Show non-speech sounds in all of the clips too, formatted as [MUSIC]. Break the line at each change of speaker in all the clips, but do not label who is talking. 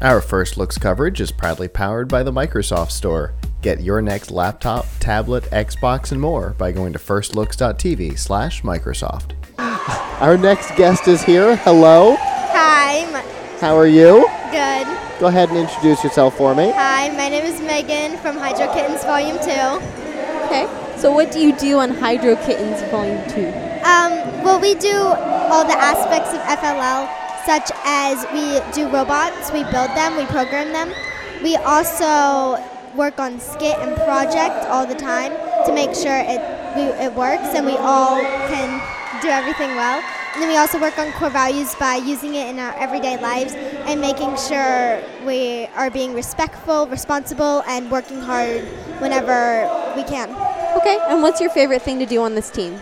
Our First Looks coverage is proudly powered by the Microsoft Store. Get your next laptop, tablet, Xbox, and more by going to firstlooks.tv slash Microsoft. Our next guest is here. Hello.
Hi, my,
How are you?
good.
Go ahead and introduce yourself for me.
Hi, my name is Megan from Hydro Kittens Volume 2.
Okay. So what do you do on Hydro Kittens Volume 2?
Um, well, we do all the aspects of FLL, such as we do robots, we build them, we program them. We also work on skit and project all the time to make sure it, we, it works and we all can do everything well. And then we also work on core values by using it in our everyday lives and making sure we are being respectful, responsible, and working hard whenever we can.
Okay. And what's your favorite thing to do on this team?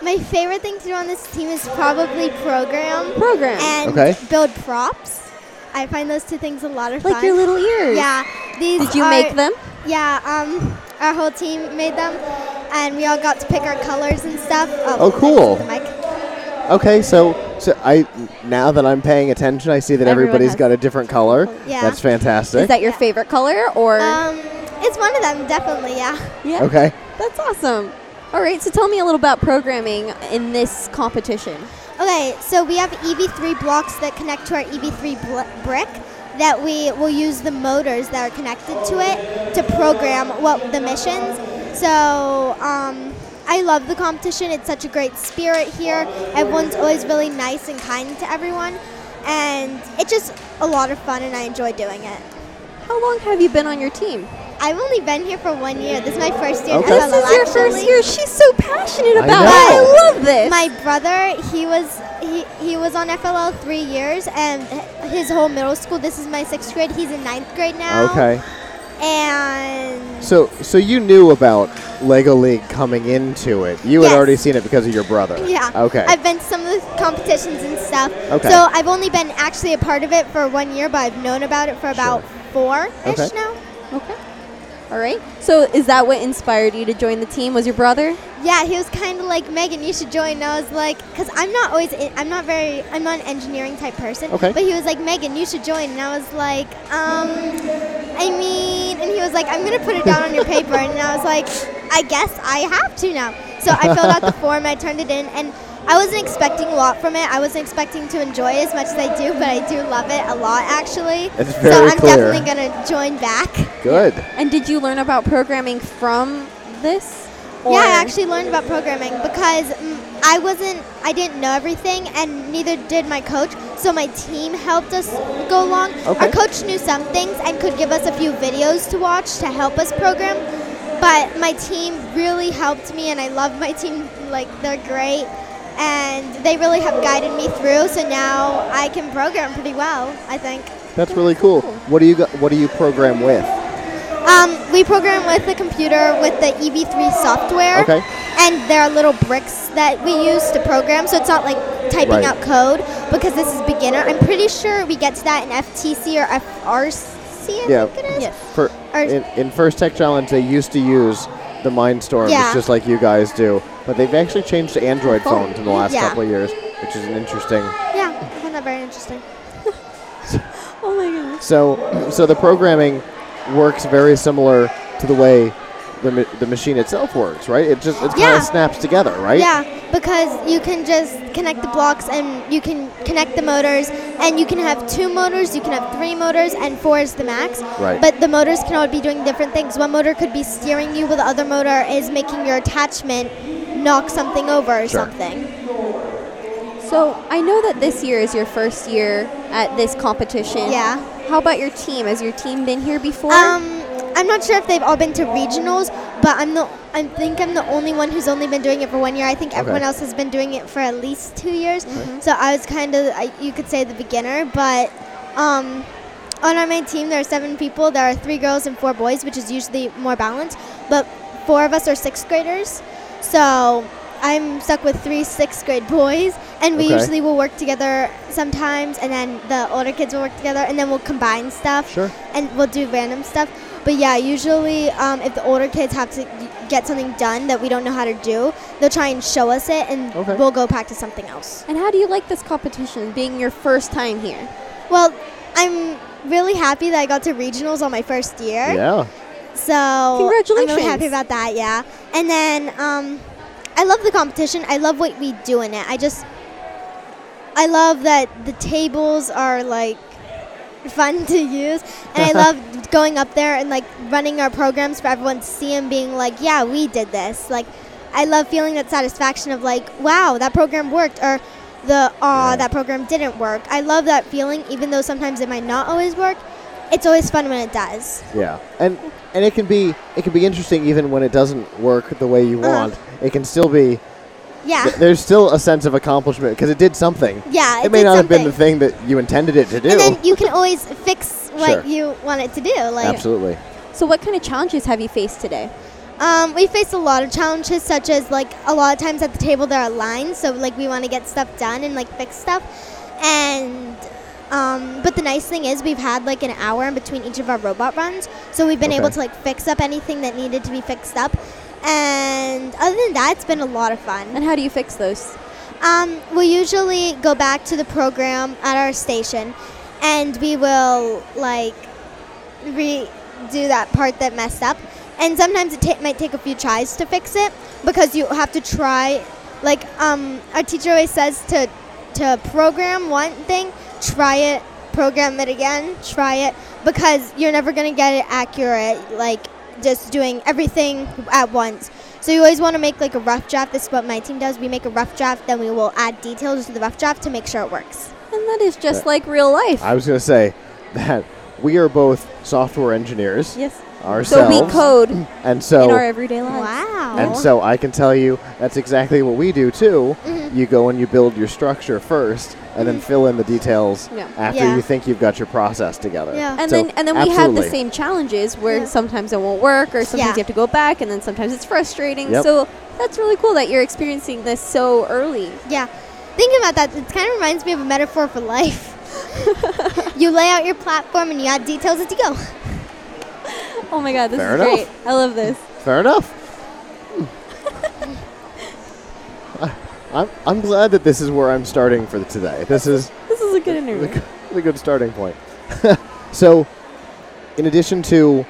My favorite thing to do on this team is probably program
Program.
and
Okay.
build props. I find those two things a lot of
like
fun.
your little ears.
yeah, these.
Did you
are-
make them?
Yeah, um, our whole team made them, and we all got to pick our colors and stuff.
Oh,
thanks
cool.
to the mic.
Okay, so so I now that I'm paying attention, I see that
Everyone
everybody's
has
got a different color.
Yeah.
That's fantastic.
Is that your favorite color or?
Um, it's one of them, definitely. Yeah.
yeah.
okay.
That's awesome. All right. So tell me a little about programming in this competition.
Okay, so we have EV3 blocks that connect to our EV3 bl- brick that we will use the motors that are connected to it to program what the missions. So um, I love the competition. It's such a great spirit here. Everyone's always really nice and kind to everyone, and it's just a lot of fun, and I enjoy doing it.
How long have you been on your team?
I've only been here for one year. This is my first year. in
Okay.
FLL,
This
This is your first
actually.
year. She's so passionate
I
about
know.
it. I love this.
My brother, he was he, he was on FLL three years, and his whole middle school. This is my sixth grade. He's in ninth grade now.
Okay.
And
So so you knew about Lego League coming into it. You had
Yes.
already seen it because of your brother.
yeah.
Okay.
I've been to some of the competitions and stuff.
Okay.
So I've only been actually a part of it for one year, but I've known about it for about four ish
Okay.
now.
okay. All right. So is that what inspired you to join the team? Was your brother?
Yeah, he was kind of like Megan, you should join. And I was like, because I'm not always, in, I'm not very, I'm not an engineering type person.
Okay.
But he was like, Megan, you should join, and I was like, um, I mean, and he was like, I'm gonna put it down on your paper, and I was like, I guess I have to now. So I filled out the form, I turned it in, and I wasn't expecting a lot from it. I wasn't expecting to enjoy it as much as I do, but I do love it a lot actually.
It's
so
very
I'm
clear.
definitely gonna join back.
Good.
And did you learn about programming from this?
Yeah,
Or-
I actually learned about programming because mm, I wasn't, I didn't know everything, and neither did my coach. So my team helped us go along.
Okay.
Our coach knew some things and could give us a few videos to watch to help us program. But my team really helped me, and I love my team. Like they're great, and they really have guided me through. So now I can program pretty well, I think.
That's really cool. What do you go, what do you program with?
Um, we program with the computer with the EV3 software.
Okay.
And there are little bricks that we use to program, so it's not like typing
Right.
out code because this is beginner. I'm pretty sure we get to that in FTC or FRC, I
Yeah.
think it is.
Yes.
For,
Or-
in, in First Tech Challenge, they used to use the Mindstorms
Yeah. Oh,
just like you guys do, but they've actually changed to Android
Phone.
phones in the last
Yeah.
couple of years, which is an interesting.
Yeah, I found that very interesting.
Oh my goodness.
So, so the programming works very similar to the way the, ma- the machine itself works, right? It just it kind
Yeah.
of snaps together, right?
Yeah, because you can just connect the blocks and you can connect the motors, and you can have two motors, you can have three motors, and four is the max.
Right.
But the motors can all be doing different things. One motor could be steering you, while the other motor is making your attachment knock something over or
Sure.
something.
So I know that this year is your first year at this competition.
Yeah.
How about your team? Has your team been here before?
Um, I'm not sure if they've all been to regionals, but I'm the I think I'm the only one who's only been doing it for one year. I think everyone else has been doing it for at least two years. So I was kind of I, you could say the beginner, but um, on our main team there are seven people. There are three girls and four boys, which is usually more balanced. But four of us are sixth graders, so. I'm stuck with three sixth grade boys, and we
Okay.
usually will work together sometimes, and then the older kids will work together, and then we'll combine stuff
Sure.
and we'll do random stuff. But yeah, usually um, if the older kids have to get something done that we don't know how to do, they'll try and show us it, and
Okay.
we'll go practice something else.
and how do you like this competition being your first time here?
Well, I'm really happy that I got to regionals on my first year.
Yeah.
So I'm
Congratulations.
really happy about that. Yeah, and then um, I love the competition. I love what we do in it. I just I love that the tables are like fun [LAUGHS] to use, and I love going up there and like running our programs for everyone to see and being like, yeah, we did this. Like, I love feeling that satisfaction of like, wow, that program worked, or the aw, that program didn't work. I love that feeling, even though sometimes it might not always work. It's always fun when it does.
Yeah, and and it can be it can be interesting even when it doesn't work the way you
Uh-huh.
want. It can still be
Yeah.
th- there's still a sense of accomplishment because it did something.
Yeah,
it,
it
may
did
not have been the thing that you intended it to do.
And then you can always fix what
Sure.
you want it to do. Like,
Absolutely.
So, what kind of challenges have you faced today?
um, we face a lot of challenges, such as like a lot of times at the table there are lines, so like we want to get stuff done and like fix stuff. And um, but the nice thing is we've had like an hour in between each of our robot runs, so we've been able
Okay.
to like fix up anything that needed to be fixed up. And other than that, it's been a lot of fun.
And how do you fix those?
Um, we usually go back to the program at our station, and we will like redo that part that messed up. And sometimes it ta- might take a few tries to fix it because you have to try. Like um, our teacher always says to to program one thing, try it, program it again, try it because you're never gonna get it accurate. Like just doing everything at once. So you always want to make like a rough draft. This is what my team does. We make a rough draft, then we will add details to the rough draft to make sure it works.
And that is just like real life.
I was gonna say [LAUGHS] that we are both software engineers
yes. So
ourselves,
we code in
and so
our everyday lives.
Wow.
And so I can tell you that's exactly what we do too. You go and you build your structure first, and then fill in the details
Yeah.
after
Yeah.
you think you've got your process together.
Yeah.
And
So,
then and then we have the
absolutely.
same challenges where
Yeah.
sometimes it won't work or sometimes
Yeah.
you have to go back and then sometimes it's frustrating.
Yep.
So that's really cool that you're experiencing this so early.
Yeah. Thinking about that, it kind of reminds me of a metaphor for
[LAUGHS]
life. you lay out your platform and you add details as you go.
Oh my god, this
Fair
is
enough.
great. I love this.
Fair enough. I- I'm, I'm glad that this is where I'm starting for today. This is
This is a good
the,
interview.
g- the good starting point. [LAUGHS] so, in addition to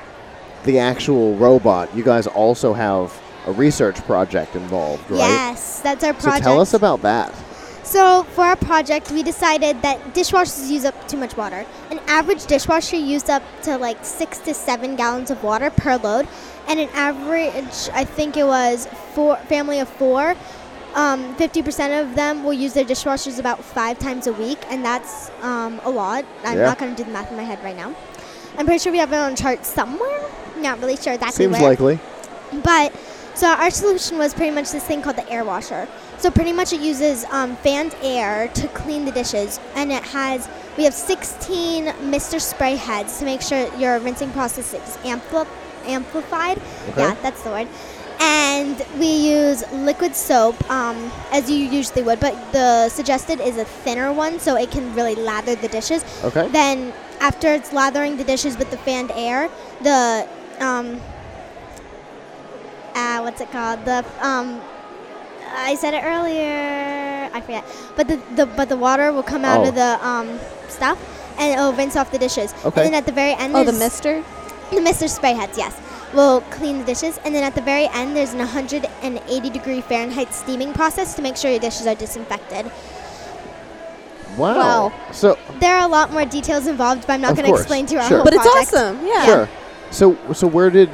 the actual robot, you guys also have a research project involved, right?
Yes, that's our
So
project.
tell us about that.
So for our project, we decided that dishwashers use up too much water. An average dishwasher used up to like six to seven gallons of water per load, and an average, I think it was four family of four. Um, 50% of them will use their dishwashers about five times a week, and that's um, a lot. I'm
Yeah.
not going to do the math in my head right now. I'm pretty sure we have it on chart somewhere. Not really sure exactly
Seems
where.
likely.
But so our solution was pretty much this thing called the air washer. So pretty much it uses um, fanned air to clean the dishes, and it has we have 16 Mr. Spray heads to make sure your rinsing process is ampli- amplified.
Okay.
Yeah, that's the word. And we use liquid soap um, as you usually would, but the suggested is a thinner one so it can really lather the dishes.
Okay.
Then after it's lathering the dishes with the fanned air, the um, uh, what's it called? The um, I said it earlier. I forget. But the, the but the water will come out
Oh.
of the um, stuff and it'll rinse off the dishes.
Okay.
And then at the very end,
Oh, the
there's-
mister?
the Mr. Spray heads, yes. We'll clean the dishes, and then at the very end, there's an 180 degree Fahrenheit steaming process to make sure your dishes are disinfected.
Oh. Wow.
Wow.
So
There are a lot more details involved, but I'm not
Of
going to
course,
explain to you our
sure.
whole
But it's
project.
awesome. Yeah.
sure. So so where did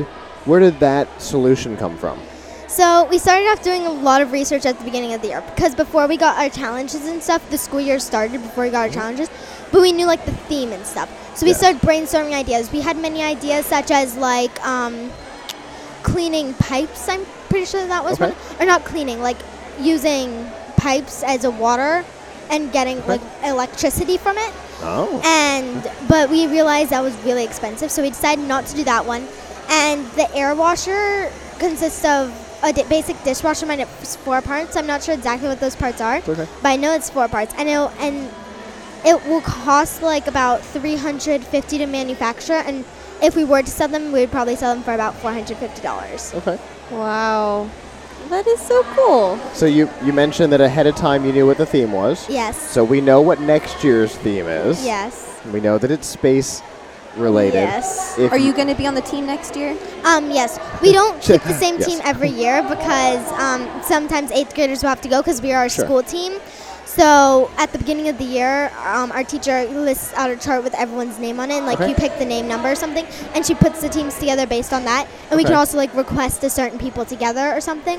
where did that solution come from?
So we started off doing a lot of research at the beginning of the year because before we got our challenges and stuff, the school year started before we got our challenges, but we knew like the theme and stuff. So we
Mm-hmm. Yeah.
started brainstorming ideas. We had many ideas such as like um, cleaning pipes. I'm pretty sure that was
Okay.
one, or not cleaning, like using pipes as a water and getting
Okay.
like electricity from it. Uh,
Oh.
And but we realized that was really expensive, so we decided not to do that one. And the air washer consists of a di- basic dishwasher minus four parts. I'm not sure exactly what those parts are,
okay.
but I know it's four parts. And it and it will cost like about 350 to manufacture. And if we were to sell them, we would probably sell them for about 450 dollars.
Okay.
Wow. That is so cool.
So you you mentioned that ahead of time you knew what the theme was.
Yes.
So we know what next year's theme is.
Yes.
We know that it's space related.
Yes.
If
Are you going to be on the team next year?
Um, yes. We don't keep the same
Yes.
team every year because um, sometimes eighth graders will have to go because we are a
Sure.
school team. So at the beginning of the year, um, our teacher lists out a chart with everyone's name on it, and like
Okay.
you pick the name number or something, and she puts the teams together based on that. And we
Okay.
can also like request a certain people together or something.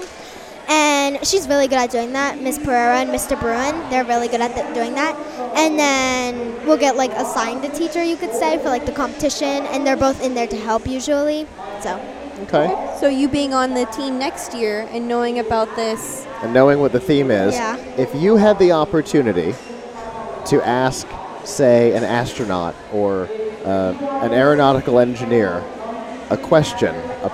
And she's really good at doing that. Miss Pereira and Mr. Bruin, they're really good at th- doing that. And then we'll get like assigned a teacher, you could say, for like the competition, and they're both in there to help usually. So.
okay.
So you being on the team next year and knowing about this,
And knowing what the theme is,
Yeah.
if you had the opportunity to ask, say, an astronaut or uh, an aeronautical engineer a question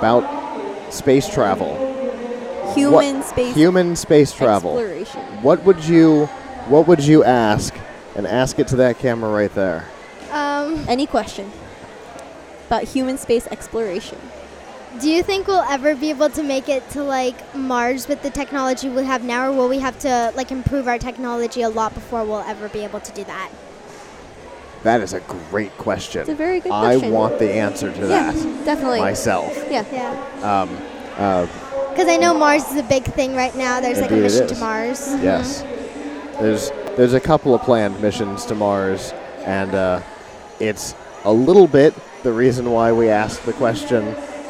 about space travel, What-
human space
human space travel.
exploration.
What would you what would you ask and ask it to that camera right there?
Um,
Any question about human space exploration?
do you think we'll ever be able to make it to like Mars with the technology we have now, or will we have to like improve our technology a lot before we'll ever be able to do that?
That is a great question.
It's a very good
I
question.
want the answer to
Yeah,
that
definitely.
myself.
Yeah.
Yeah,
Um, uh,
because I know Mars is a big thing right now. There's like a
Indeed it
mission to
is.
Mars.
Mm-hmm.
Yes. There's there's a couple of planned missions to Mars, and uh, it's a little bit the reason why we asked the question.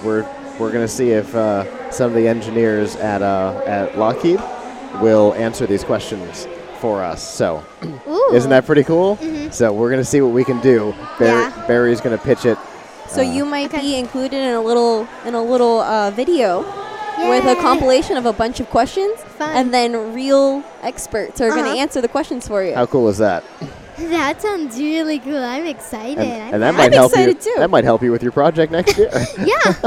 We're we're gonna see if uh, some of the engineers at uh, at Lockheed will answer these questions for us. So,
Ooh.
isn't that pretty cool?
Mm-hmm.
So we're gonna see what we can do. Barry,
Yeah.
Barry's gonna pitch it.
So
Uh,
you might
Okay.
be included in a little in a little uh, video with a
Yay.
compilation of a bunch of questions,
Fun.
and then real experts are going
Uh-huh.
to answer the questions for you.
How cool is that?
That sounds really cool. I'm excited.
And, and that
I'm
might help you.
excited too.
That might help you with your project
[LAUGHS]
next year. [LAUGHS]
yeah.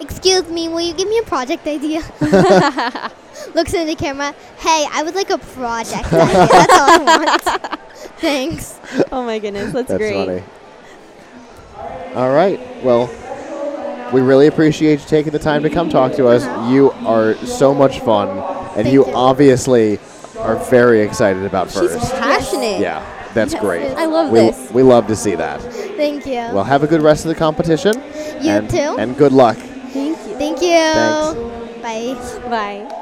Excuse me, will you give me a project
[LAUGHS]
idea? Looks into the camera. Hey, I would like a project [LAUGHS] idea. That's all I
[LAUGHS]
want. Thanks.
oh my goodness, that's,
That's
great.
funny. All right. Well, we really appreciate you taking the time to come talk to us.
Uh-huh.
You are so much fun, and
Thank
you,
you.
obviously are very excited about
She's
first.
passionate.
Yeah, that's
Yes.
great.
I love
we,
this.
We love to see that.
Thank you.
Well, have a good rest of the competition.
You
and,
too.
And good luck.
Thank you.
Thank you. Bye.
Bye.